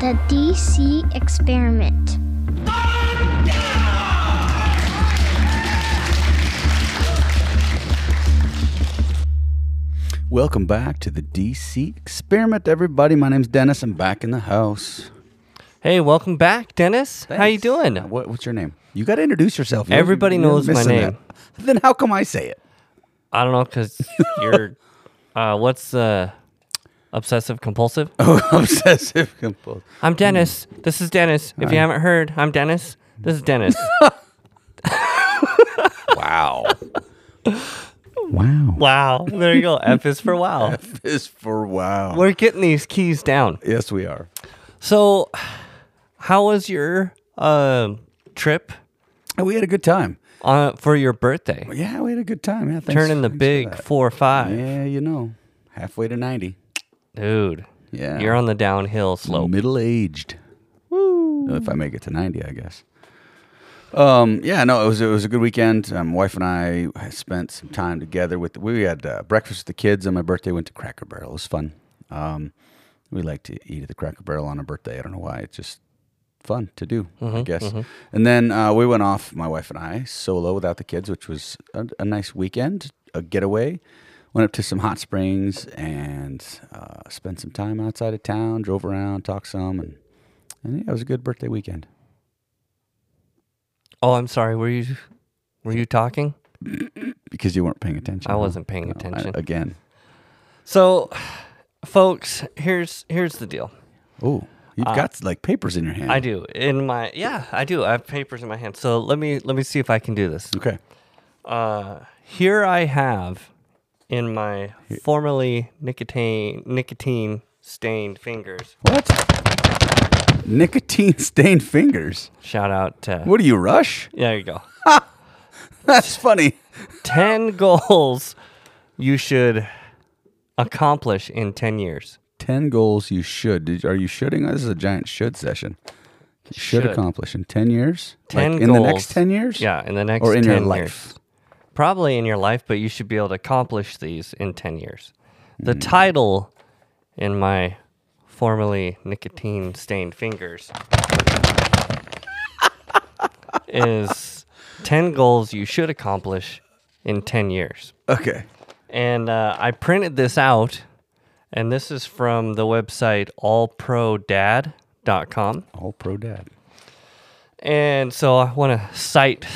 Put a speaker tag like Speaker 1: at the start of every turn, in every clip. Speaker 1: The DC Experiment.
Speaker 2: Welcome back to the DC Experiment, everybody. My name's Dennis. I'm back in the house.
Speaker 3: Hey, welcome back, Dennis. How you
Speaker 2: Thanks.
Speaker 3: doing?
Speaker 2: Uh, What, what's your name? You got to introduce yourself. You're-
Speaker 3: Everybody
Speaker 2: you're
Speaker 3: knows my
Speaker 2: missing
Speaker 3: name.
Speaker 2: that. Then how come I say it?
Speaker 3: I don't know because you're. Uh, what's uh, obsessive compulsive?
Speaker 2: Oh, obsessive compulsive.
Speaker 3: I'm Dennis. This is Dennis. If you haven't heard, I'm Dennis. This is Dennis.
Speaker 2: Wow. wow.
Speaker 3: wow. There you go. F is for wow.
Speaker 2: This for wow.
Speaker 3: We're getting these keys down.
Speaker 2: Yes, we are.
Speaker 3: So, how was your uh, trip
Speaker 2: And We had a good time.
Speaker 3: uh, for your birthday?
Speaker 2: Yeah, we had a good time. Yeah, thanks,
Speaker 3: Turning the
Speaker 2: thanks for
Speaker 3: big
Speaker 2: that.
Speaker 3: four five,
Speaker 2: Yeah, you know, halfway to ninety.
Speaker 3: dude.
Speaker 2: Yeah.
Speaker 3: You're on the downhill slope.
Speaker 2: Middle aged. Woo. If I make it to ninety, I guess. Um. Yeah. No. It was. It was a good weekend. Um, my wife and I spent some time together. With we had uh, breakfast with the kids on my birthday. Went to Cracker Barrel. It was fun. Um, we like to eat at the Cracker Barrel on a birthday. I don't know why. It's just fun to do, I guess. And then uh, we went off, my wife and I, solo without the kids, which was a, a nice weekend, a getaway. Went up to some hot springs and uh, spent some time outside of town. Drove around, talked some, and and yeah, it was a good birthday weekend.
Speaker 3: Oh, I'm sorry. Were you were you talking?
Speaker 2: Because you weren't paying attention.
Speaker 3: I
Speaker 2: huh?
Speaker 3: wasn't paying
Speaker 2: No, I-
Speaker 3: attention.
Speaker 2: again.
Speaker 3: So, folks, here's here's the deal.
Speaker 2: Oh, you've got like papers in your hand.
Speaker 3: Uh, I do in my yeah, I do. I have papers in my hand. So let me let me see if I can do this.
Speaker 2: Okay.
Speaker 3: Uh, here I have in my formerly nicotine nicotine stained fingers.
Speaker 2: What? Nicotine stained fingers.
Speaker 3: Shout out to
Speaker 2: What do you rush?
Speaker 3: there you go.
Speaker 2: That's funny.
Speaker 3: ten goals you should accomplish in ten years.
Speaker 2: 10 goals you should. Did, are you shooting? This is a giant should session. You should,
Speaker 3: Should.
Speaker 2: accomplish in 10 years?
Speaker 3: Ten
Speaker 2: like in the next
Speaker 3: goals.
Speaker 2: 10 years?
Speaker 3: Yeah, in the next
Speaker 2: Or in
Speaker 3: 10
Speaker 2: your
Speaker 3: years.
Speaker 2: life?
Speaker 3: probably in your life, but you should be able to accomplish these in 10 years. The
Speaker 2: Hmm.
Speaker 3: title in my formerly nicotine stained fingers is 10 Goals You Should Accomplish in 10 Years.
Speaker 2: Okay.
Speaker 3: And uh, I printed this out, and this is from the website allprodad.com.
Speaker 2: All pro dad.
Speaker 3: And so I want to cite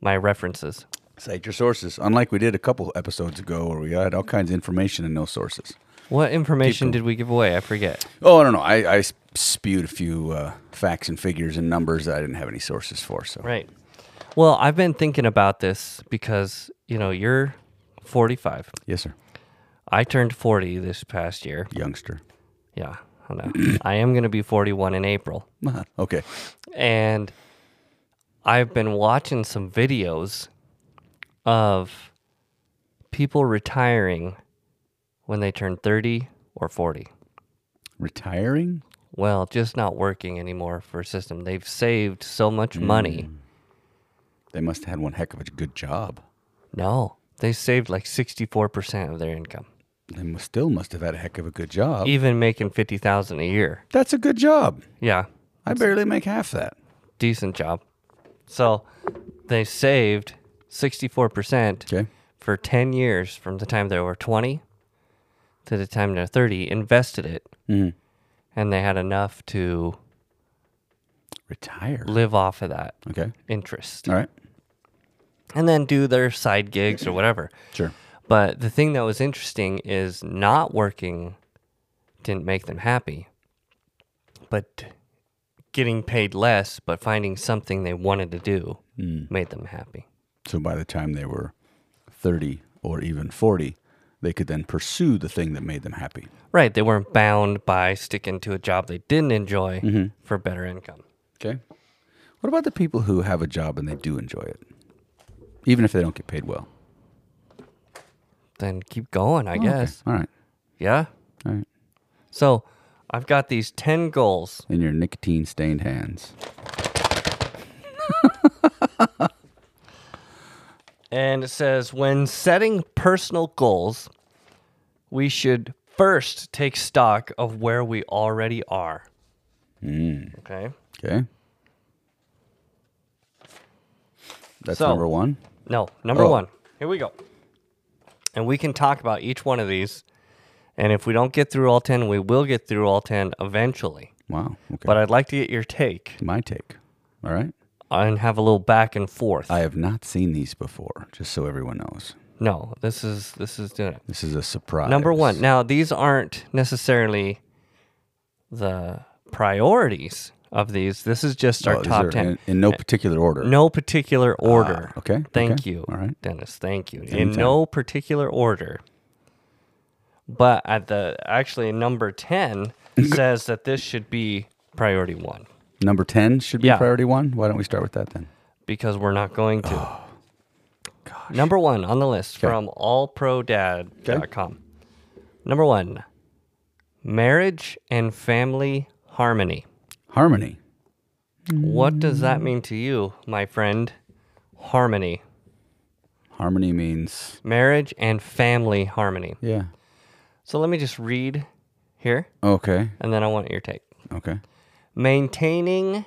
Speaker 3: my references.
Speaker 2: Cite your sources. Unlike we did a couple episodes ago where we had all kinds of information and no sources.
Speaker 3: What information did we give away? I forget.
Speaker 2: Oh, I don't know. I, I spewed a few uh, facts and figures and numbers that I didn't have any sources for. So
Speaker 3: Right. Well, I've been thinking about this because, you know, you're 45.
Speaker 2: Yes, sir.
Speaker 3: I turned 40 this past year.
Speaker 2: Youngster.
Speaker 3: Yeah. I know. I am going to be 41 in April.
Speaker 2: okay.
Speaker 3: And I've been watching some videos of people retiring when they turn 30 or 40.
Speaker 2: Retiring?
Speaker 3: Well, just not working anymore for a system. They've saved so much money.
Speaker 2: They must have had one heck of a good job.
Speaker 3: No, they saved like 64% of their income.
Speaker 2: They must, still must have had a heck of a good job.
Speaker 3: even making 50,000 a year.
Speaker 2: That's a good job.
Speaker 3: Yeah.
Speaker 2: I barely make half that.
Speaker 3: Decent job. So they saved 64%
Speaker 2: Okay.
Speaker 3: for 10 years from the time they were 20 to the time they're 30, invested it, and they had enough to
Speaker 2: Retire.
Speaker 3: live off of that
Speaker 2: Okay.
Speaker 3: interest
Speaker 2: All right.
Speaker 3: and then do their side gigs or whatever.
Speaker 2: Sure.
Speaker 3: But the thing that was interesting is not working didn't make them happy, but getting paid less, but finding something they wanted to do made them happy.
Speaker 2: So by the time they were 30 or even 40, they could then pursue the thing that made them happy.
Speaker 3: Right. They weren't bound by sticking to a job they didn't enjoy for better income.
Speaker 2: Okay. What about the people who have a job and they do enjoy it? Even if they don't get paid well.
Speaker 3: Then keep going, I guess.
Speaker 2: All right.
Speaker 3: Yeah.
Speaker 2: All right.
Speaker 3: So I've got these 10 goals.
Speaker 2: In your nicotine stained hands.
Speaker 3: And it says when setting personal goals, we should first take stock of where we already are.
Speaker 2: Hmm.
Speaker 3: Okay.
Speaker 2: Okay. That's
Speaker 3: So-
Speaker 2: number one.
Speaker 3: No, number
Speaker 2: Oh.
Speaker 3: one. Here we go. And we can talk about each one of these. And if we don't get through all 10, we will get through all 10 eventually.
Speaker 2: Wow. Okay.
Speaker 3: But I'd like to get your take
Speaker 2: My take. All right.
Speaker 3: and have a little back and forth.
Speaker 2: I have not seen these before, just so everyone knows.
Speaker 3: no, this is this is doing it.
Speaker 2: This is a surprise.
Speaker 3: Number one. Now, these aren't necessarily the priorities of these. This is just our
Speaker 2: Oh, these
Speaker 3: top
Speaker 2: are
Speaker 3: 10.
Speaker 2: In, in no particular order.
Speaker 3: No particular order.
Speaker 2: Ah, okay,
Speaker 3: Thank
Speaker 2: okay,
Speaker 3: you.
Speaker 2: all right.
Speaker 3: Dennis. Thank you. In
Speaker 2: Anytime.
Speaker 3: no particular order. But at the actually number ten says that this should be priority one
Speaker 2: Number 10 should be
Speaker 3: Yeah.
Speaker 2: priority one. Why don't we start with that then?
Speaker 3: because we're not going to. Number one on the list
Speaker 2: Okay.
Speaker 3: from allprodad.com. Number one, marriage and family harmony.
Speaker 2: Harmony.
Speaker 3: What does that mean to you, my friend? Harmony.
Speaker 2: Harmony means,
Speaker 3: marriage and family harmony.
Speaker 2: yeah.
Speaker 3: So let me just read here
Speaker 2: Okay.
Speaker 3: and then I want your take.
Speaker 2: Okay.
Speaker 3: Maintaining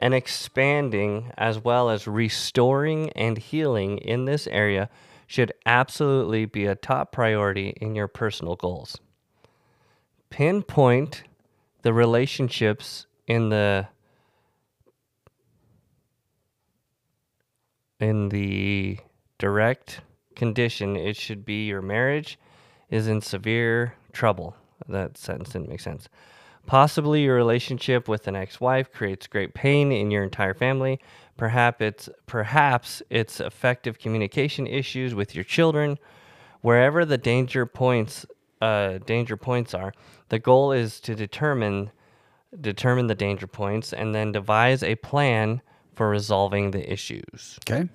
Speaker 3: and expanding, as well as restoring and healing in this area, should absolutely be a top priority in your personal goals. Pinpoint the relationships in the in the direct condition it should be your marriage is in severe trouble that sentence didn't make sense possibly your relationship with an ex-wife creates great pain in your entire family perhaps it's perhaps it's effective communication issues with your children wherever the danger points uh, danger points are the goal is to determine determine the danger points and then devise a plan for resolving the issues
Speaker 2: Okay.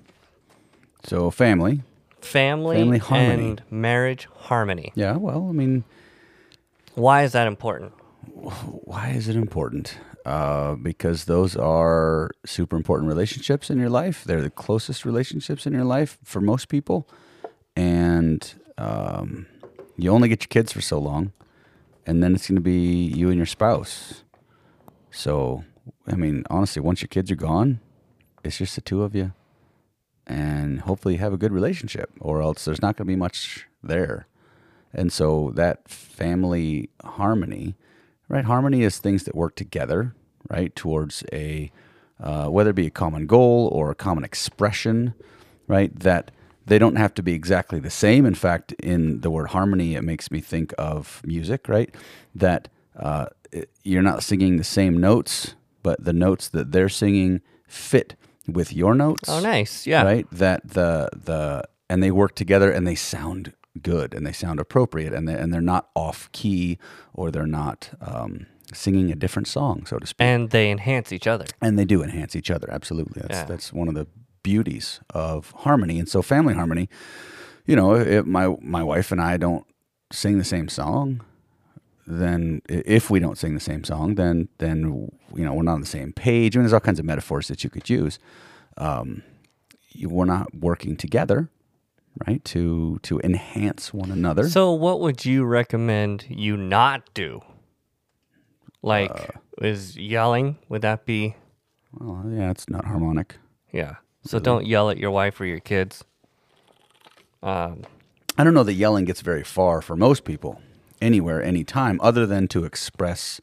Speaker 2: So family.
Speaker 3: family,
Speaker 2: Family harmony.
Speaker 3: and marriage harmony.
Speaker 2: Yeah. Well, I mean,
Speaker 3: Why is that important?
Speaker 2: why is it important? Uh, because those are super important relationships in your life. They're the closest relationships in your life for most people, and um, you only get your kids for so long, and then it's going to be you and your spouse. So, I mean, honestly, once your kids are gone, it's just the two of you, and hopefully you have a good relationship, or else there's not going to be much there. And so that family harmony, right? Harmony is things that work together, right? Towards a, uh, whether it be a common goal or a common expression, right? That they don't have to be exactly the same. In fact, in the word harmony, it makes me think of music, right? That uh, it- you're not singing the same notes, but the notes that they're singing fit with your notes
Speaker 3: Oh, nice. Yeah.
Speaker 2: right that the the and they work together and they sound good and they sound appropriate and they, and they're not off key or they're not um, singing a different song so to speak
Speaker 3: And they enhance each other.
Speaker 2: and they do enhance each other absolutely that's
Speaker 3: Yeah.
Speaker 2: that's one of the beauties of harmony and so family harmony you know if my my wife and I don't sing the same song then i- if we don't sing the same song then then you know we're not on the same page I mean there's all kinds of metaphors that you could use Um, you, we're not working together right to to enhance one another
Speaker 3: So, what would you recommend you not do? Like,
Speaker 2: Uh.
Speaker 3: is yelling? Would that be?
Speaker 2: well, yeah it's not harmonic
Speaker 3: Yeah. So,
Speaker 2: Mm-hmm.
Speaker 3: don't yell at your wife or your kids. Um,
Speaker 2: I don't know that yelling gets very far for most people anywhere, anytime, other than to express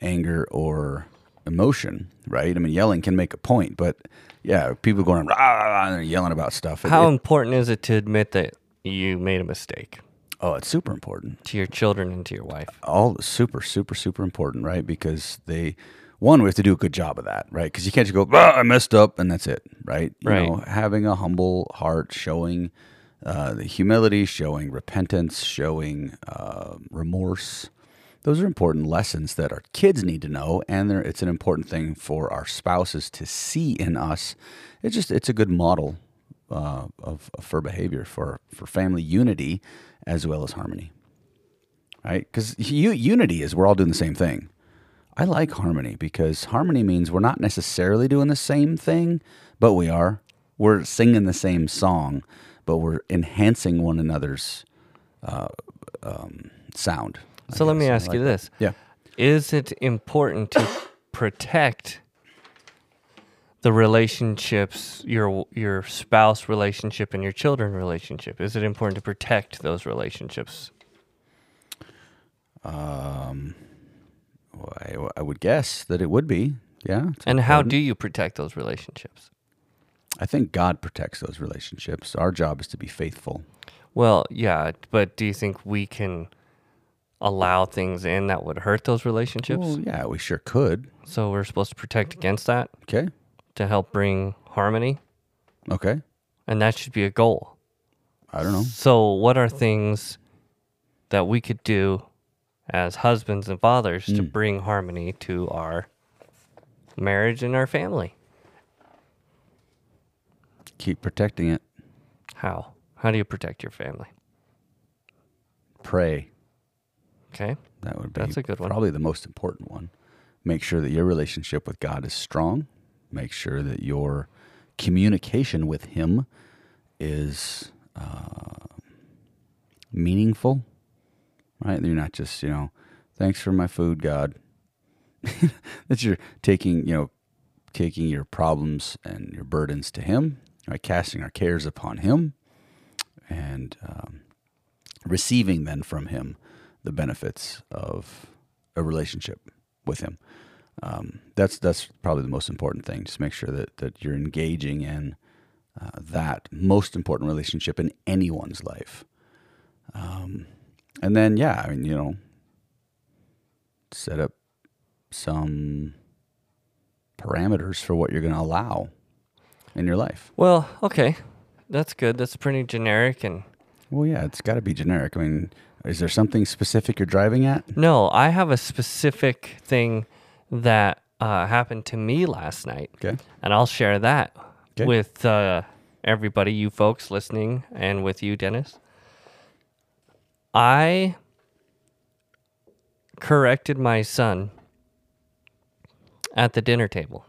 Speaker 2: anger or emotion, right? I mean, yelling can make a point, but yeah, people going rah, rah, rah, and they're yelling about stuff. It-
Speaker 3: How
Speaker 2: it-
Speaker 3: important is it to admit that you made a mistake
Speaker 2: oh, it's super important.
Speaker 3: to your children and to your wife?
Speaker 2: all super super super important right because they one we have to do a good job of that right because you can't just go "Ah, i messed up and that's it right you
Speaker 3: Right.
Speaker 2: know having a humble heart showing uh, the humility showing repentance showing uh, remorse those are important lessons that our kids need to know and they're- it's an important thing for our spouses to see in us it's just it's a good model uh, of, of for behavior for for family unity as well as harmony right? Because unity is we're all doing the same thing. I like harmony because harmony means we're not necessarily doing the same thing, but we are. We're singing the same song, but we're enhancing one another's uh, um, sound. I
Speaker 3: So, let
Speaker 2: guess.
Speaker 3: me
Speaker 2: I
Speaker 3: ask
Speaker 2: like
Speaker 3: you
Speaker 2: that.
Speaker 3: this
Speaker 2: Yeah.
Speaker 3: Is it important to protect the relationships, your your spouse relationship and your children relationship? Is it important to protect those relationships?
Speaker 2: Well, I, I would guess that it would be. Yeah. it's
Speaker 3: And how do you protect those relationships?
Speaker 2: I think God protects those relationships. Our job is to be faithful.
Speaker 3: Well, yeah, but do you think we can allow things in that would hurt those relationships?
Speaker 2: Well, yeah, we sure could.
Speaker 3: so we're supposed to protect against that
Speaker 2: Okay.
Speaker 3: to help bring harmony,
Speaker 2: Okay.
Speaker 3: and that should be a goal.
Speaker 2: I don't know.
Speaker 3: So, what are things that we could do as husbands and fathers to bring harmony to our marriage and our family?
Speaker 2: Keep protecting it.
Speaker 3: How? How do you protect your family?
Speaker 2: Pray.
Speaker 3: Okay.
Speaker 2: That would be
Speaker 3: That's a good one.
Speaker 2: probably the most important one. Make sure that your relationship with God is strong. Make sure that your communication with Him is uh, meaningful. Right? You're not just you know, thanks for my food, God. that you're taking you know, taking your problems and your burdens to Him. Right? Casting our cares upon Him, and um, receiving then from him the benefits of a relationship with him. Um, that's that's probably the most important thing. Just make sure that that you're engaging in uh, that most important relationship in anyone's life. Um, and then yeah, I mean you know, set up some parameters for what you're going to allow in your life.
Speaker 3: Well, okay. That's good. That's pretty generic and
Speaker 2: Well, yeah, it's got to be generic. I mean, is there something specific you're driving at?
Speaker 3: No, I have a specific thing that uh, happened to me last night,
Speaker 2: Okay.
Speaker 3: and I'll share that
Speaker 2: 'Kay.
Speaker 3: with uh, everybody, you folks listening, and with you, Dennis. I corrected my son at the dinner table,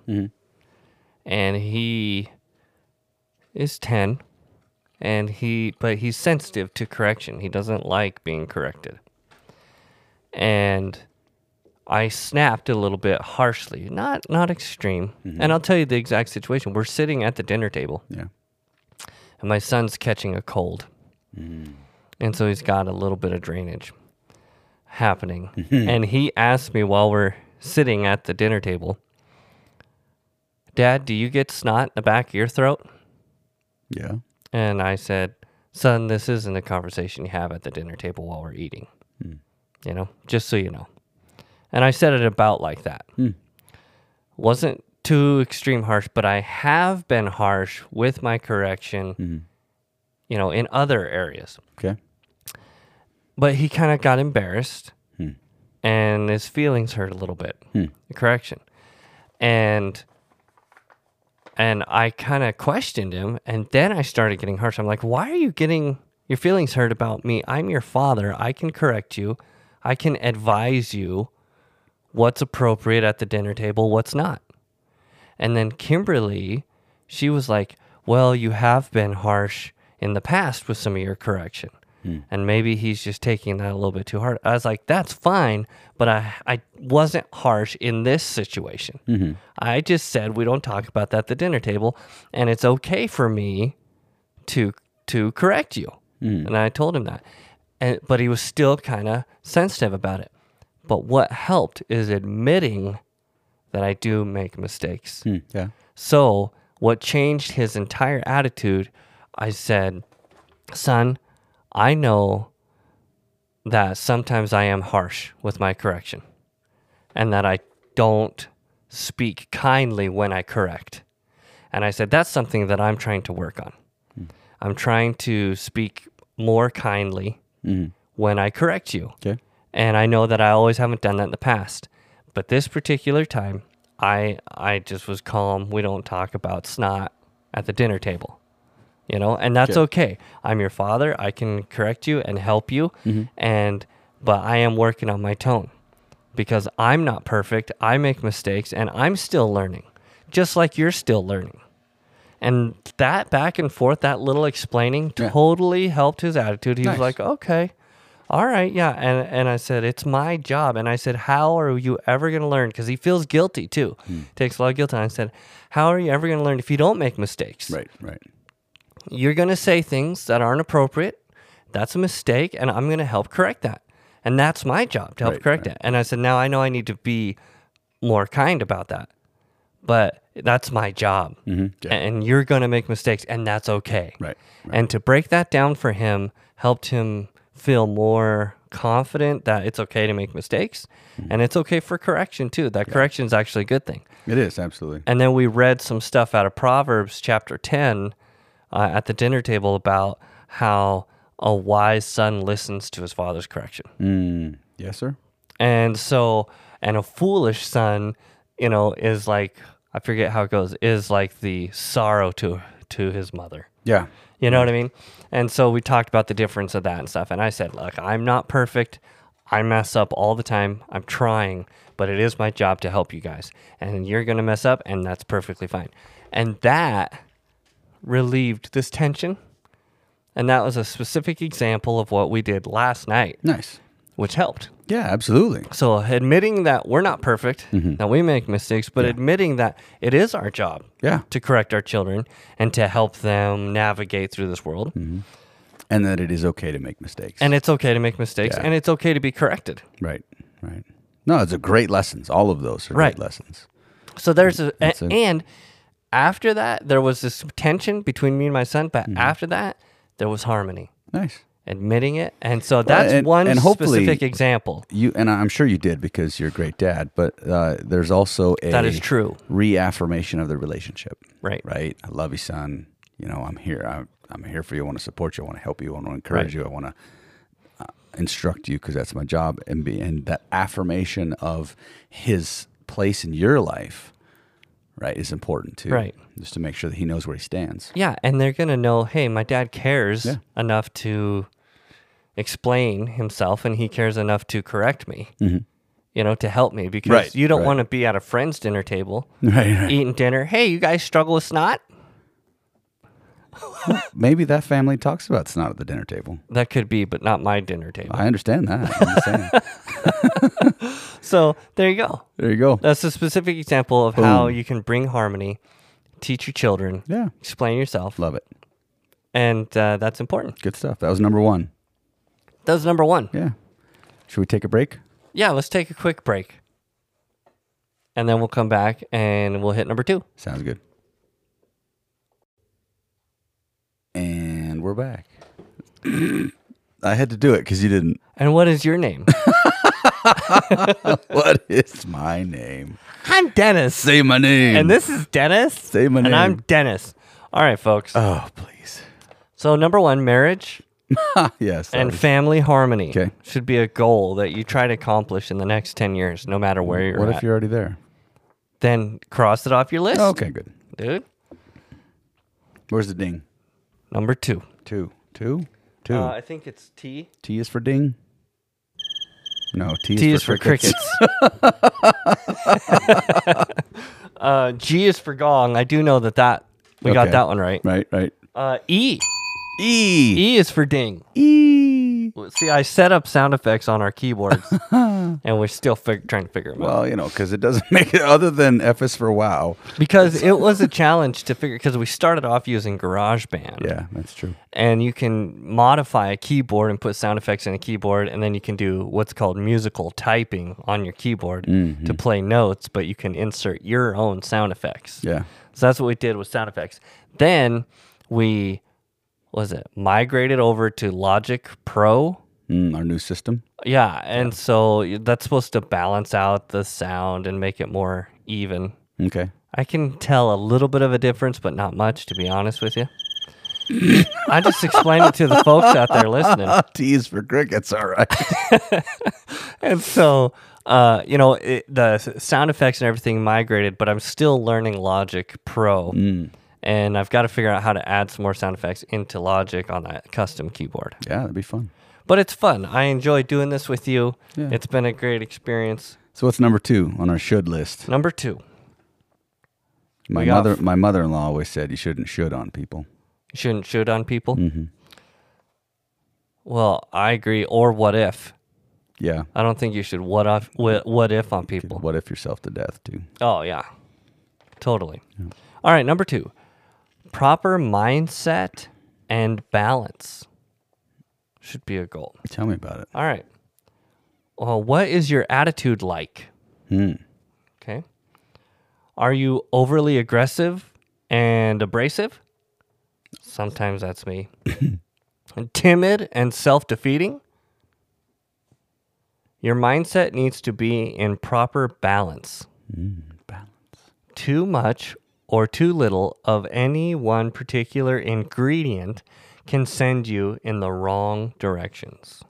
Speaker 3: and he is ten, and he but he's sensitive to correction. He doesn't like being corrected and I snapped a little bit harshly, not not extreme. And I'll tell you the exact situation. We're sitting at the dinner table,
Speaker 2: Yeah.
Speaker 3: and my son's catching a cold, and so he's got a little bit of drainage happening. and he asked me while we're sitting at the dinner table, "Dad, do you get snot in the back of your throat?"
Speaker 2: Yeah.
Speaker 3: And I said, Son, this isn't a conversation you have at the dinner table while we're eating. You know, just so you know. And I said it about like that. Wasn't too extreme harsh, but I have been harsh with my correction, you know, in other areas.
Speaker 2: Okay.
Speaker 3: But he kind of got embarrassed and his feelings hurt a little bit. The correction. And and I kind of questioned him and then I started getting harsh. I'm like, "Why are you getting your feelings hurt about me? I'm your father. I can correct you. I can advise you what's appropriate at the dinner table, what's not." And then Kimberly, she was like, Well, you have been harsh in the past with some of your correction. And maybe he's just taking that a little bit too hard. I was like, That's fine. But I, I wasn't harsh in this situation. I just said, We don't talk about that at the dinner table. And it's okay for me to, to correct you. And I told him that. And, but he was still kind of sensitive about it. But what helped is admitting that I do make mistakes.
Speaker 2: Hmm. Yeah.
Speaker 3: So, what changed his entire attitude, I said, Son, I know that sometimes I am harsh with my correction and that I don't speak kindly when I correct. And I said, That's something that I'm trying to work on. I'm trying to speak more kindly when I correct you.
Speaker 2: Okay.
Speaker 3: and I know that I always haven't done that in the past. But this particular time, I I just was calm. We don't talk about snot at the dinner table. You know, and that's okay. I'm your father. I can correct you and help you
Speaker 2: Mm-hmm.
Speaker 3: and but I am working on my tone because I'm not perfect. I make mistakes and I'm still learning, just like you're still learning. And that back and forth, that little explaining
Speaker 2: Yeah.
Speaker 3: totally helped his attitude. He
Speaker 2: Nice.
Speaker 3: was like, okay, all right, yeah. And and I said, it's my job. And I said, how are you ever going to learn? Because he feels guilty too.
Speaker 2: Hmm.
Speaker 3: Takes a lot of guilt. And I said, how are you ever going to learn if you don't make mistakes?
Speaker 2: Right, right.
Speaker 3: You're going to say things that aren't appropriate. That's a mistake. And I'm going to help correct that. And that's my job to help
Speaker 2: Right,
Speaker 3: correct it. And I said, now I know I need to be more kind about that. But that's my job.
Speaker 2: Mm-hmm. Yeah.
Speaker 3: And you're going to make mistakes. And that's okay.
Speaker 2: Right. right.
Speaker 3: And to break that down for him helped him feel more confident that it's okay to make mistakes
Speaker 2: Mm-hmm.
Speaker 3: and it's okay for correction too. That correction is actually a good thing.
Speaker 2: It is absolutely.
Speaker 3: And then we read some stuff out of Proverbs chapter 10 uh, at the dinner table about how a wise son listens to his father's correction.
Speaker 2: Mm. Yes, sir.
Speaker 3: And so, and a foolish son, you know, is like, I forget how it goes, is like the sorrow to to his mother.
Speaker 2: Yeah.
Speaker 3: You know what I mean? And so we talked about the difference of that and stuff. And I said, look, I'm not perfect. I mess up all the time. I'm trying, but it is my job to help you guys. And you're going to mess up, and that's perfectly fine. And that relieved this tension. And that was a specific example of what we did last night,
Speaker 2: Nice.
Speaker 3: which helped.
Speaker 2: Yeah, absolutely.
Speaker 3: So admitting that we're not perfect, that we make mistakes, but admitting that it is our job
Speaker 2: Yeah.
Speaker 3: to correct our children and to help them navigate through this world.
Speaker 2: And that it is okay to make mistakes.
Speaker 3: And it's okay to make mistakes
Speaker 2: Yeah.
Speaker 3: and it's okay to be corrected.
Speaker 2: right. Right. No, it's a great lessons. All of those are
Speaker 3: Right.
Speaker 2: great lessons.
Speaker 3: So there's a, a-
Speaker 2: That's it.
Speaker 3: and after that there was this tension between me and my son, but
Speaker 2: Mm-hmm.
Speaker 3: after that there was harmony.
Speaker 2: Nice.
Speaker 3: Admitting it. And so that's
Speaker 2: and-
Speaker 3: one
Speaker 2: and hopefully-
Speaker 3: specific example.
Speaker 2: You and I'm sure you did because you're a great dad, but uh, there's also a
Speaker 3: That is true.
Speaker 2: reaffirmation of the relationship.
Speaker 3: Right.
Speaker 2: Right. I love you, son. You know, I'm here. I'm, I'm here for you. I want to support you. I want to help you. I want to encourage
Speaker 3: Right.
Speaker 2: you. I want to uh, instruct you because that's my job. And be, and that affirmation of his place in your life, right, is important too.
Speaker 3: Right.
Speaker 2: Just to make sure that he knows where he stands.
Speaker 3: Yeah, and they're gonna know, hey, my dad cares
Speaker 2: Yeah.
Speaker 3: enough to explain himself, and he cares enough to correct me, you know, to help me because
Speaker 2: Mm-hmm. Right,
Speaker 3: you don't
Speaker 2: right.
Speaker 3: want to be at a friend's dinner table
Speaker 2: Right. right.
Speaker 3: eating dinner. Hey, you guys struggle with snot?
Speaker 2: Maybe that family talks about snot at the dinner table.
Speaker 3: That could be, but not my dinner table.
Speaker 2: I understand that. I'm just saying.
Speaker 3: So there you go.
Speaker 2: there you go.
Speaker 3: That's a specific example of how you can bring harmony, teach your children,
Speaker 2: Yeah.
Speaker 3: explain yourself,
Speaker 2: Love it.
Speaker 3: and uh, that's important.
Speaker 2: Good stuff. That was number one.
Speaker 3: That was number one.
Speaker 2: Yeah. Should we take a break?
Speaker 3: Yeah, let's take a quick break, and then we'll come back and we'll hit number two.
Speaker 2: Sounds good. And we're back. I had to do it because you didn't.
Speaker 3: And what is your name?
Speaker 2: What is my name?
Speaker 3: I'm Dennis.
Speaker 2: Say my name.
Speaker 3: And this is Dennis.
Speaker 2: Say my
Speaker 3: and I'm
Speaker 2: name.
Speaker 3: Dennis. All right, folks.
Speaker 2: Oh, please.
Speaker 3: So, number one, marriage
Speaker 2: yes. that
Speaker 3: and
Speaker 2: was-
Speaker 3: family harmony
Speaker 2: Okay.
Speaker 3: should be a goal that you try to accomplish in the next 10 years, no matter where you're
Speaker 2: what
Speaker 3: at.
Speaker 2: if you're already there?
Speaker 3: then cross it off your list,
Speaker 2: Okay, good.
Speaker 3: dude.
Speaker 2: Where's the ding?
Speaker 3: Number two.
Speaker 2: Two. Two? Two.
Speaker 3: Uh, I think it's T.
Speaker 2: T is for ding. No, T,
Speaker 3: T is for crickets. uh, G is for gong. I do know that that we got
Speaker 2: Okay.
Speaker 3: that one right.
Speaker 2: Right, right.
Speaker 3: Uh, e.
Speaker 2: E.
Speaker 3: E is for ding.
Speaker 2: E.
Speaker 3: See, I set up sound effects on our keyboards, and we're still fig- trying to figure them out
Speaker 2: Well, you know, because it doesn't make it other than F is for wow.
Speaker 3: because it was a challenge to figure. Because we started off using GarageBand,
Speaker 2: Yeah, that's true.
Speaker 3: and you can modify a keyboard and put sound effects in a keyboard, and then you can do what's called musical typing on your keyboard to play notes, but you can insert your own sound effects.
Speaker 2: Yeah.
Speaker 3: So that's what we did with sound effects. Then we what was it migrated over to Logic Pro.
Speaker 2: Mm, our new system.
Speaker 3: Yeah, and so y- that's supposed to balance out the sound and make it more even.
Speaker 2: Okay.
Speaker 3: I can tell a little bit of a difference, but not much, to be honest with you. I just explained it to the folks out there listening.
Speaker 2: T is for crickets. All right.
Speaker 3: And so, uh, you know, it, the s- sound effects and everything migrated, but I'm still learning Logic Pro. And I've got to figure out how to add some more sound effects into Logic on that custom keyboard.
Speaker 2: yeah, that'd be fun.
Speaker 3: But it's fun. I enjoy doing this with you.
Speaker 2: Yeah.
Speaker 3: It's been a great experience.
Speaker 2: So what's number two on our should list?
Speaker 3: Number two.
Speaker 2: My
Speaker 3: We got-
Speaker 2: mother, my mother-in-law always said you shouldn't should on people.
Speaker 3: Mm-hmm. shouldn't shoot on people. Well, I agree. Or what if?
Speaker 2: Yeah.
Speaker 3: I don't think you should what if what, what if on people.
Speaker 2: What if yourself to death too?
Speaker 3: Oh yeah, totally. All right, number two, proper mindset and balance should be a goal.
Speaker 2: Tell me about it.
Speaker 3: All right. Well, what is your attitude like? Okay. Are you overly aggressive and abrasive? Sometimes that's me. Timid and self defeating? Your mindset needs to be in proper balance.
Speaker 2: balance.
Speaker 3: Too much or too little of any one particular ingredient can send you in the wrong directions.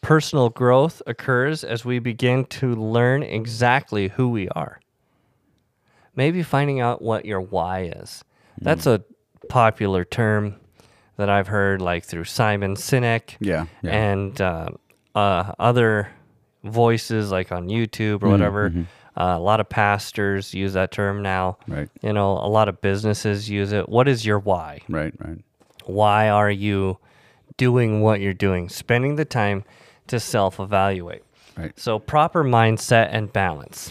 Speaker 3: Personal growth occurs as we begin to learn exactly who we are. Maybe finding out what your why is. That's a popular term that I've heard, like through Simon Sinek
Speaker 2: Yeah. Yeah.
Speaker 3: and uh, uh, other voices like on YouTube
Speaker 2: Mm-hmm,
Speaker 3: or whatever. Uh, a lot of pastors use that term now.
Speaker 2: Right.
Speaker 3: You know, a lot of businesses use it. What is your why?
Speaker 2: right. Right.
Speaker 3: Why are you doing what you're doing? Spending the time to self evaluate.
Speaker 2: Right.
Speaker 3: So, proper mindset and balance.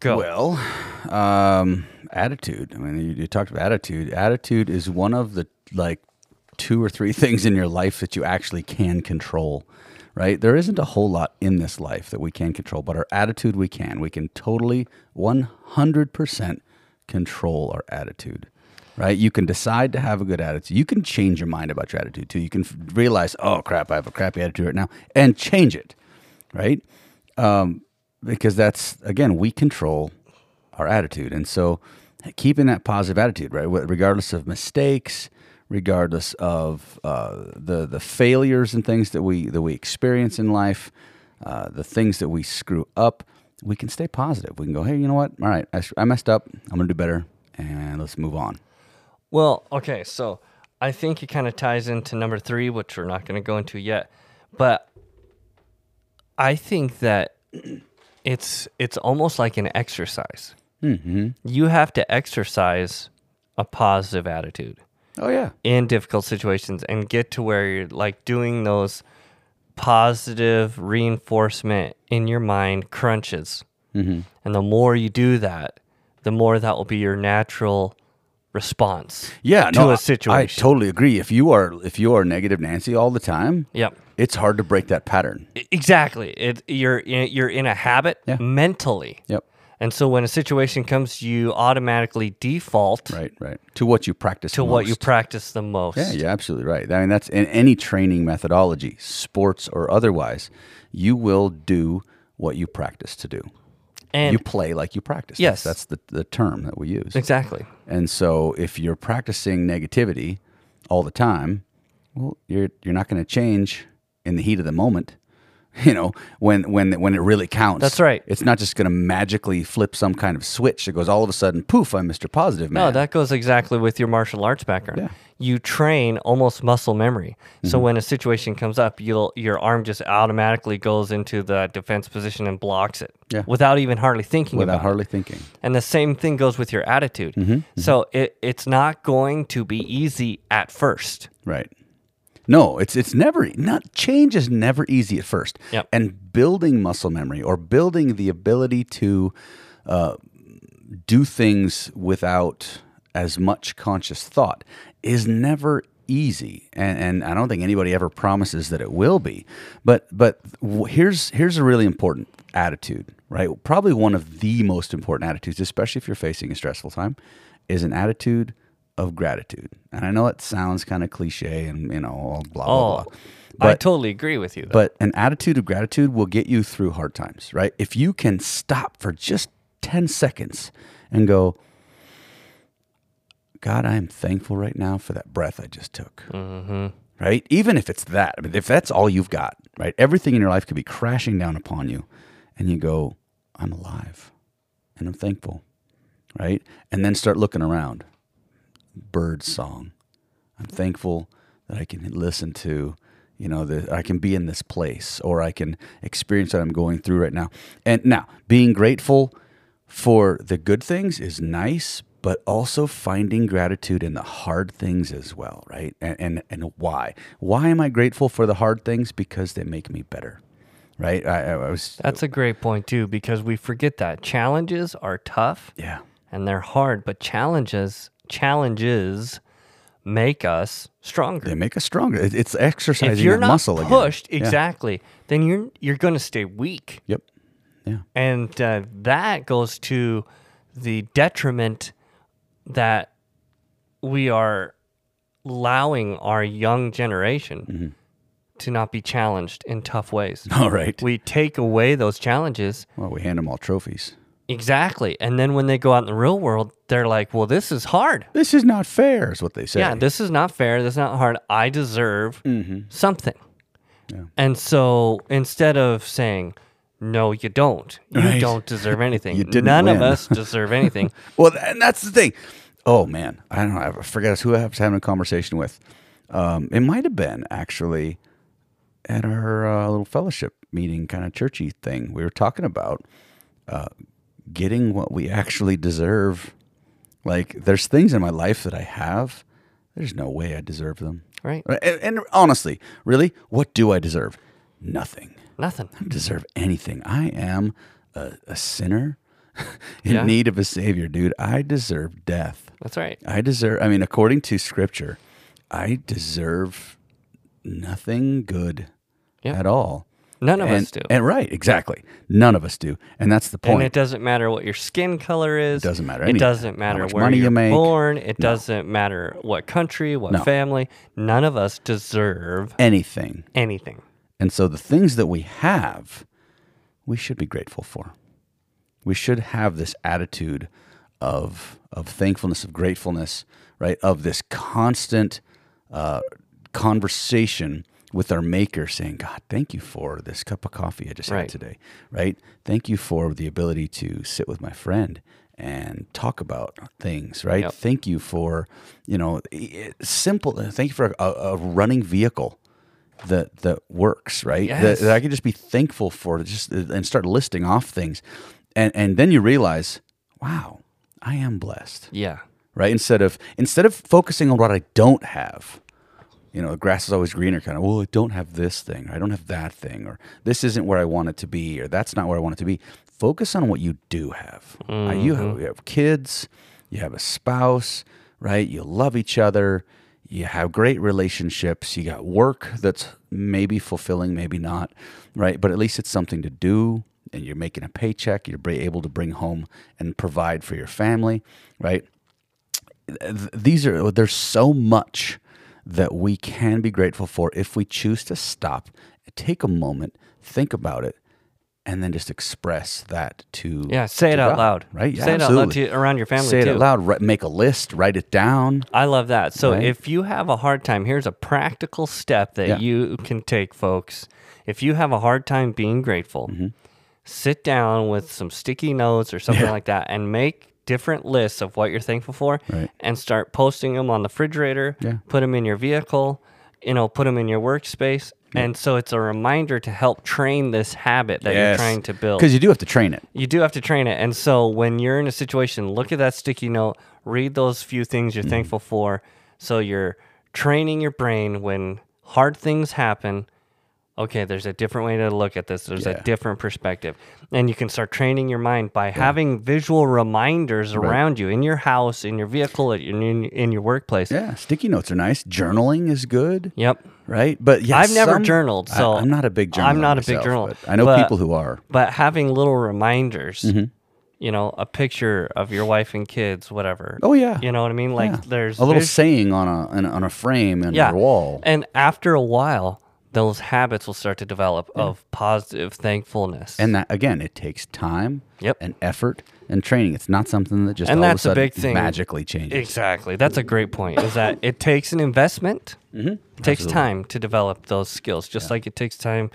Speaker 3: Go.
Speaker 2: Well, um, attitude. I mean, you, you talked about attitude. Attitude is one of the like two or three things in your life that you actually can control. Right? There isn't a whole lot in this life that we can control, but our attitude we can. We can totally 100% control our attitude. Right? You can decide to have a good attitude. You can change your mind about your attitude too. You can f- realize, "Oh crap, I have a crappy attitude right now," and change it. Right? because that's again we control our attitude and so keeping that positive attitude right wh- regardless of mistakes regardless of uh, the the failures and things that we that we experience in life uh, the things that we screw up we can stay positive we can go hey you know what all right i, s- I messed up i'm gonna do better and let's move on
Speaker 3: Well, okay, so I think it kind of ties into number three, which we're not going to go into yet, but I think that it's it's almost like an exercise. Mm-hmm. You have to exercise a positive attitude
Speaker 2: oh yeah
Speaker 3: in difficult situations and get to where you're like doing those positive reinforcement in your mind crunches. Mm-hmm. And the more you do that, the more that will be your natural response
Speaker 2: yeah
Speaker 3: to
Speaker 2: no,
Speaker 3: a situation.
Speaker 2: I, I totally agree if you are if you are negative nancy all the time
Speaker 3: Yep.
Speaker 2: it's hard to break that pattern
Speaker 3: E- Exactly. It you're in, you're in a habit
Speaker 2: Yeah.
Speaker 3: mentally.
Speaker 2: yep
Speaker 3: And so when a situation comes, you automatically default
Speaker 2: right right to what you practice
Speaker 3: to what you
Speaker 2: most.
Speaker 3: practice the most.
Speaker 2: Yeah, you're absolutely right. I mean, that's in any training methodology, sports or otherwise, you will do what you practice to do.
Speaker 3: And
Speaker 2: you play like you practice.
Speaker 3: Yes.
Speaker 2: That's, that's the, the term that we use.
Speaker 3: exactly.
Speaker 2: And so if you're practicing negativity all the time, well, you're, you're not going to change in the heat of the moment. You know, when when when it really counts.
Speaker 3: That's right.
Speaker 2: It's not just going to magically flip some kind of switch that goes all of a sudden. Poof! I'm Mr. Positive Man.
Speaker 3: No, that goes exactly with your martial arts background. You train almost muscle memory.
Speaker 2: Mm-hmm.
Speaker 3: So when a situation comes up, you'll your arm just automatically goes into the defense position and blocks it
Speaker 2: Yeah.
Speaker 3: without even hardly thinking
Speaker 2: without
Speaker 3: about it.
Speaker 2: hardly thinking.
Speaker 3: And the same thing goes with your attitude.
Speaker 2: Mm-hmm,
Speaker 3: So it, it's not going to be easy at first.
Speaker 2: Right. No, it's it's never not change is never easy at first.
Speaker 3: Yep.
Speaker 2: And building muscle memory or building the ability to uh, do things without as much conscious thought is never easy and, and i don't think anybody ever promises that it will be but but w- here's here's a really important attitude right probably one of the most important attitudes especially if you're facing a stressful time is an attitude of gratitude and i know it sounds kind of cliche and you know all blah blah
Speaker 3: Oh,
Speaker 2: blah
Speaker 3: I totally agree with you. Though.
Speaker 2: but an attitude of gratitude will get you through hard times, right? If you can stop for just 10 seconds and go, God, I am thankful right now for that breath I just took. Right? Even if it's that, I mean, if that's all you've got, right? Everything in your life could be crashing down upon you, and you go, I'm alive and I'm thankful, right? And then start looking around. Bird song. I'm thankful that I can listen to, you know, that I can be in this place or I can experience what I'm going through right now. And now, being grateful for the good things is nice, but also finding gratitude in the hard things as well, right? And, and, and why? Why am I grateful for the hard things? Because they make me better, right? I, I was,
Speaker 3: That's a great point, too, because we forget that challenges are tough
Speaker 2: yeah,
Speaker 3: and they're hard, but challenges, challenges make us stronger.
Speaker 2: they make us stronger. It, it's exercising
Speaker 3: if you're
Speaker 2: that
Speaker 3: not
Speaker 2: muscle again.
Speaker 3: pushed,
Speaker 2: Yeah.
Speaker 3: exactly, then you're you're going to stay weak.
Speaker 2: Yep.
Speaker 3: and uh, that goes to the detriment that we are allowing our young generation
Speaker 2: Mm-hmm.
Speaker 3: to not be challenged in tough ways.
Speaker 2: All right.
Speaker 3: we take away those challenges
Speaker 2: well, we hand them all trophies.
Speaker 3: exactly, and then when they go out in the real world, they're like, "Well, this is hard.
Speaker 2: This is not fair, is what they say.
Speaker 3: Yeah, this is not fair. This is not hard. I deserve
Speaker 2: Mm-hmm.
Speaker 3: something." And so instead of saying, "No, you don't. You
Speaker 2: Right.
Speaker 3: don't deserve anything.
Speaker 2: You didn't
Speaker 3: None of
Speaker 2: win."
Speaker 3: us deserve anything."
Speaker 2: Well, th- and that's the thing. Oh man, I don't know. I forget who I was having a conversation with. Um, it might have been actually at our uh, little fellowship meeting, kind of churchy thing. We were talking about uh, getting what we actually deserve. Like, there's things in my life that I have. There's no way I deserve them.
Speaker 3: Right.
Speaker 2: And, and honestly, really, what do I deserve? Nothing.
Speaker 3: Nothing.
Speaker 2: I don't deserve anything. I am a, a sinner in
Speaker 3: Yeah.
Speaker 2: need of a savior, dude. I deserve death.
Speaker 3: That's right.
Speaker 2: I deserve, I mean, according to scripture, I deserve nothing good
Speaker 3: Yep.
Speaker 2: at all.
Speaker 3: None of
Speaker 2: and,
Speaker 3: us do. And,
Speaker 2: And right, exactly. None of us do. And that's the point.
Speaker 3: it doesn't matter what your skin color is.
Speaker 2: Doesn't matter
Speaker 3: It
Speaker 2: any-
Speaker 3: doesn't
Speaker 2: how
Speaker 3: matter
Speaker 2: much
Speaker 3: where
Speaker 2: money you
Speaker 3: you're
Speaker 2: make.
Speaker 3: born. It doesn't matter what country, what
Speaker 2: No.
Speaker 3: family. None of us deserve
Speaker 2: Anything.
Speaker 3: anything.
Speaker 2: And so the things that we have, we should be grateful for. We should have this attitude of of thankfulness, of gratefulness, right? Of this constant uh, conversation with our Maker, saying, "God, thank you for this cup of coffee I just had
Speaker 3: Right.
Speaker 2: today, right? Thank you for the ability to sit with my friend." And talk about things, right?
Speaker 3: Yep.
Speaker 2: Thank you for, you know, i- i- simple. Thank you for a, a running vehicle that that works, right?
Speaker 3: Yes.
Speaker 2: That, that I can just be thankful for, just and start listing off things, and and then you realize, wow, I am blessed,
Speaker 3: Yeah.
Speaker 2: right? Instead of instead of focusing on what I don't have, you know, the grass is always greener. Kind of, well, I don't have this thing, or I don't have that thing, or this isn't where I want it to be, or that's not where I want it to be. Focus on what you do have. Uh, you have, you have kids, you have a spouse, right? You love each other. You have great relationships. You got work that's maybe fulfilling, maybe not, right? But at least it's something to do, and you're making a paycheck. You're br- able to bring home and provide for your family, right? th- these are there's so much that we can be grateful for if we choose to stop, take a moment, think about it, and then just express that to
Speaker 3: Yeah. Say it
Speaker 2: to
Speaker 3: out
Speaker 2: God,
Speaker 3: loud.
Speaker 2: right? Yeah,
Speaker 3: say it out loud
Speaker 2: absolutely.
Speaker 3: to, around your family
Speaker 2: Say it
Speaker 3: too.
Speaker 2: out loud. Write, make a list. Write it down.
Speaker 3: I love that. So
Speaker 2: Right?
Speaker 3: if you have a hard time, here's a practical step that
Speaker 2: Yeah.
Speaker 3: you can take, folks. If you have a hard time being grateful,
Speaker 2: Mm-hmm.
Speaker 3: sit down with some sticky notes or something like that and make different lists of what you're thankful for
Speaker 2: Right.
Speaker 3: and start posting them on the refrigerator,
Speaker 2: Yeah.
Speaker 3: put them in your vehicle, you know, put them in your workspace. And so it's a reminder to help train this habit that you're trying to build.
Speaker 2: because you do have to train it.
Speaker 3: You do have to train it. And so when you're in a situation, look at that sticky note, read those few things
Speaker 2: Mm-hmm.
Speaker 3: you're thankful for. So you're training your brain when hard things happen. Okay, there's a different way to look at this. There's
Speaker 2: Yeah.
Speaker 3: a different perspective. And you can start training your mind by having visual reminders around you in your house, in your vehicle, at your- in, in your workplace.
Speaker 2: Yeah, sticky notes are nice. Journaling is good,
Speaker 3: Yep.
Speaker 2: right? But yeah,
Speaker 3: I've never
Speaker 2: some-
Speaker 3: journaled, so
Speaker 2: I, am not a big journaler.
Speaker 3: I'm not a big
Speaker 2: myself,
Speaker 3: journaler,
Speaker 2: but I know
Speaker 3: but-
Speaker 2: people who are.
Speaker 3: but having little reminders
Speaker 2: Mm-hmm.
Speaker 3: you know a picture of your wife and kids whatever
Speaker 2: Oh, yeah.
Speaker 3: you know what i mean like
Speaker 2: Yeah.
Speaker 3: there's
Speaker 2: a little
Speaker 3: there's-
Speaker 2: saying on a on a- on a frame in
Speaker 3: yeah
Speaker 2: your wall.
Speaker 3: and after a while those habits will start to develop of positive thankfulness
Speaker 2: And that again, it takes time,
Speaker 3: Yep.
Speaker 2: and effort and training. It's not something that just
Speaker 3: And
Speaker 2: all
Speaker 3: that's a
Speaker 2: of a, sudden
Speaker 3: big thing.
Speaker 2: magically changes.
Speaker 3: exactly that's a great point is that it takes an investment mm-hmm. it takes time to develop those skills just like it takes time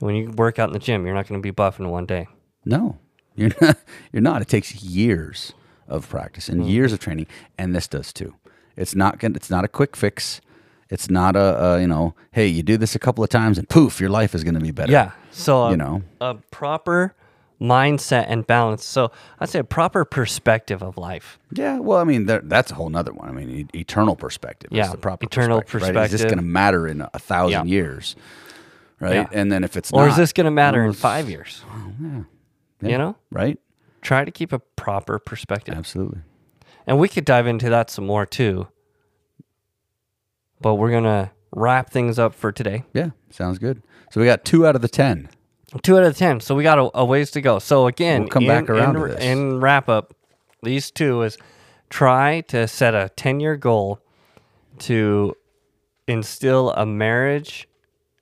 Speaker 3: when you work out in the gym you're not going to be buff in one day
Speaker 2: no, you're not, you're not. It takes years of practice
Speaker 3: Mm-hmm.
Speaker 2: and years of training, and this does too. It's not gonna, It's not a quick fix. It's not a, uh you know, hey, you do this a couple of times and poof, your life is going to be better.
Speaker 3: yeah so
Speaker 2: you
Speaker 3: um,
Speaker 2: know,
Speaker 3: a proper mindset and balance. So I'd say a proper perspective of life.
Speaker 2: Yeah, well, I mean, there, that's a whole nother one. I mean, e- eternal perspective
Speaker 3: Yeah,
Speaker 2: is the proper
Speaker 3: eternal
Speaker 2: Right? Is this
Speaker 3: perspective.
Speaker 2: going to matter in a, a thousand
Speaker 3: Yeah.
Speaker 2: years? Right,
Speaker 3: Yeah.
Speaker 2: and then if it's
Speaker 3: Or
Speaker 2: not,
Speaker 3: is this going to matter in
Speaker 2: it's-
Speaker 3: five years? You know,
Speaker 2: right?
Speaker 3: try to keep a proper perspective.
Speaker 2: Absolutely.
Speaker 3: And we could dive into that some more too. But we're going to wrap things up for today.
Speaker 2: Yeah, sounds good. So we got two out of the ten.
Speaker 3: Two out of 10. So we got a, a ways to go. So again,
Speaker 2: We'll come back around
Speaker 3: in,
Speaker 2: to this.
Speaker 3: in wrap up, these two is try to set a 10 year goal to instill a marriage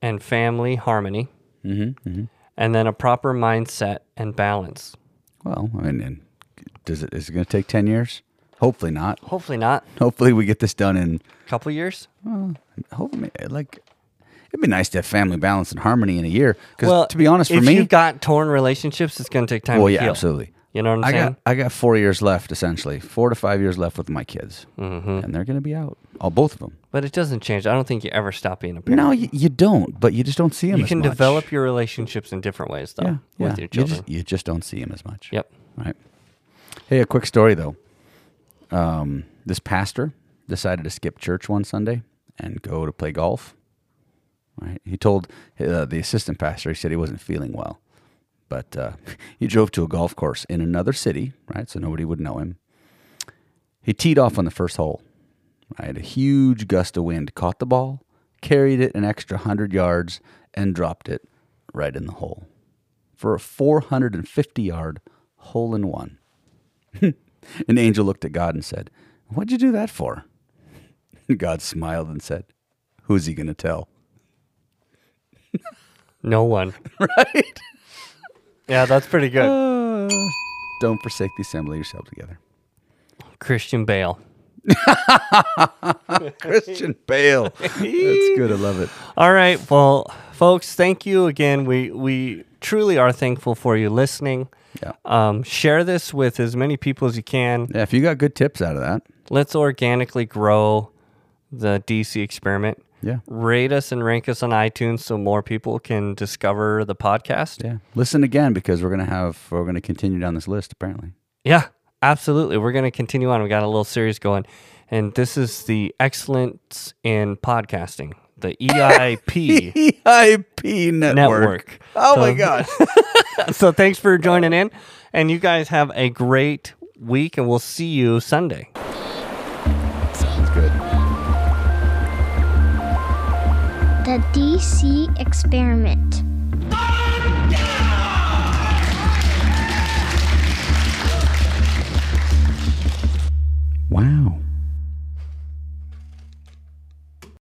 Speaker 3: and family harmony
Speaker 2: Mm-hmm,
Speaker 3: and then a proper mindset and balance.
Speaker 2: Well, I mean, and does it is it going to take ten years? Hopefully not.
Speaker 3: Hopefully not.
Speaker 2: Hopefully we get this done in.
Speaker 3: A couple years.
Speaker 2: Hopefully, like it'd be nice to have family balance and harmony in a year. Because to be honest, for
Speaker 3: if
Speaker 2: me,
Speaker 3: you've got torn relationships, it's going to take time
Speaker 2: well,
Speaker 3: to
Speaker 2: yeah,
Speaker 3: heal.
Speaker 2: absolutely.
Speaker 3: You know what I'm
Speaker 2: I
Speaker 3: saying?
Speaker 2: got I got four years left essentially, four to five years left with my kids,
Speaker 3: Mm-hmm.
Speaker 2: and they're going to be out. All both of them.
Speaker 3: But it doesn't change. I don't think you ever stop being a parent.
Speaker 2: No, you, you don't, but you just don't see them.
Speaker 3: you can develop your relationships in different ways, though,
Speaker 2: yeah, yeah.
Speaker 3: with your
Speaker 2: You
Speaker 3: children.
Speaker 2: just, you just don't see them as much.
Speaker 3: Yep.
Speaker 2: Right. Hey, a quick story though. Um, this pastor decided to skip church one Sunday and go to play golf. Right. He told uh, the assistant pastor he said he wasn't feeling well, but uh, he drove to a golf course in another city. Right, so nobody would know him. He teed off on the first hole. Right, a huge gust of wind caught the ball, carried it an extra hundred yards, and dropped it right in the hole for a 450 yard hole in one. An angel looked at God and said, What'd you do that for? And God smiled and said, Who's he going to tell?
Speaker 3: No one. right. Yeah, that's pretty good.
Speaker 2: Uh, Don't forsake the assembly of yourselves together.
Speaker 3: Christian Bale.
Speaker 2: Christian Bale. That's good. I love it.
Speaker 3: All right. Well, folks, thank you again. We we truly are thankful for you listening.
Speaker 2: Yeah.
Speaker 3: Um, share this with as many people as you can.
Speaker 2: Yeah, if you got good tips out of that,
Speaker 3: Let's organically grow the DC experiment.
Speaker 2: yeah.
Speaker 3: Rate us and rank us on iTunes so more people can discover the podcast.
Speaker 2: Yeah. Listen again because we're going to have, we're going to continue down this list apparently.
Speaker 3: Yeah, absolutely. We're going to continue on. We got a little series going. And this is the Excellence in Podcasting, the EIP
Speaker 2: EIP E network.
Speaker 3: network.
Speaker 2: Oh my
Speaker 3: So-
Speaker 2: gosh.
Speaker 3: So thanks for joining in. And you guys have a great week, and we'll see you Sunday.
Speaker 1: The DC Experiment.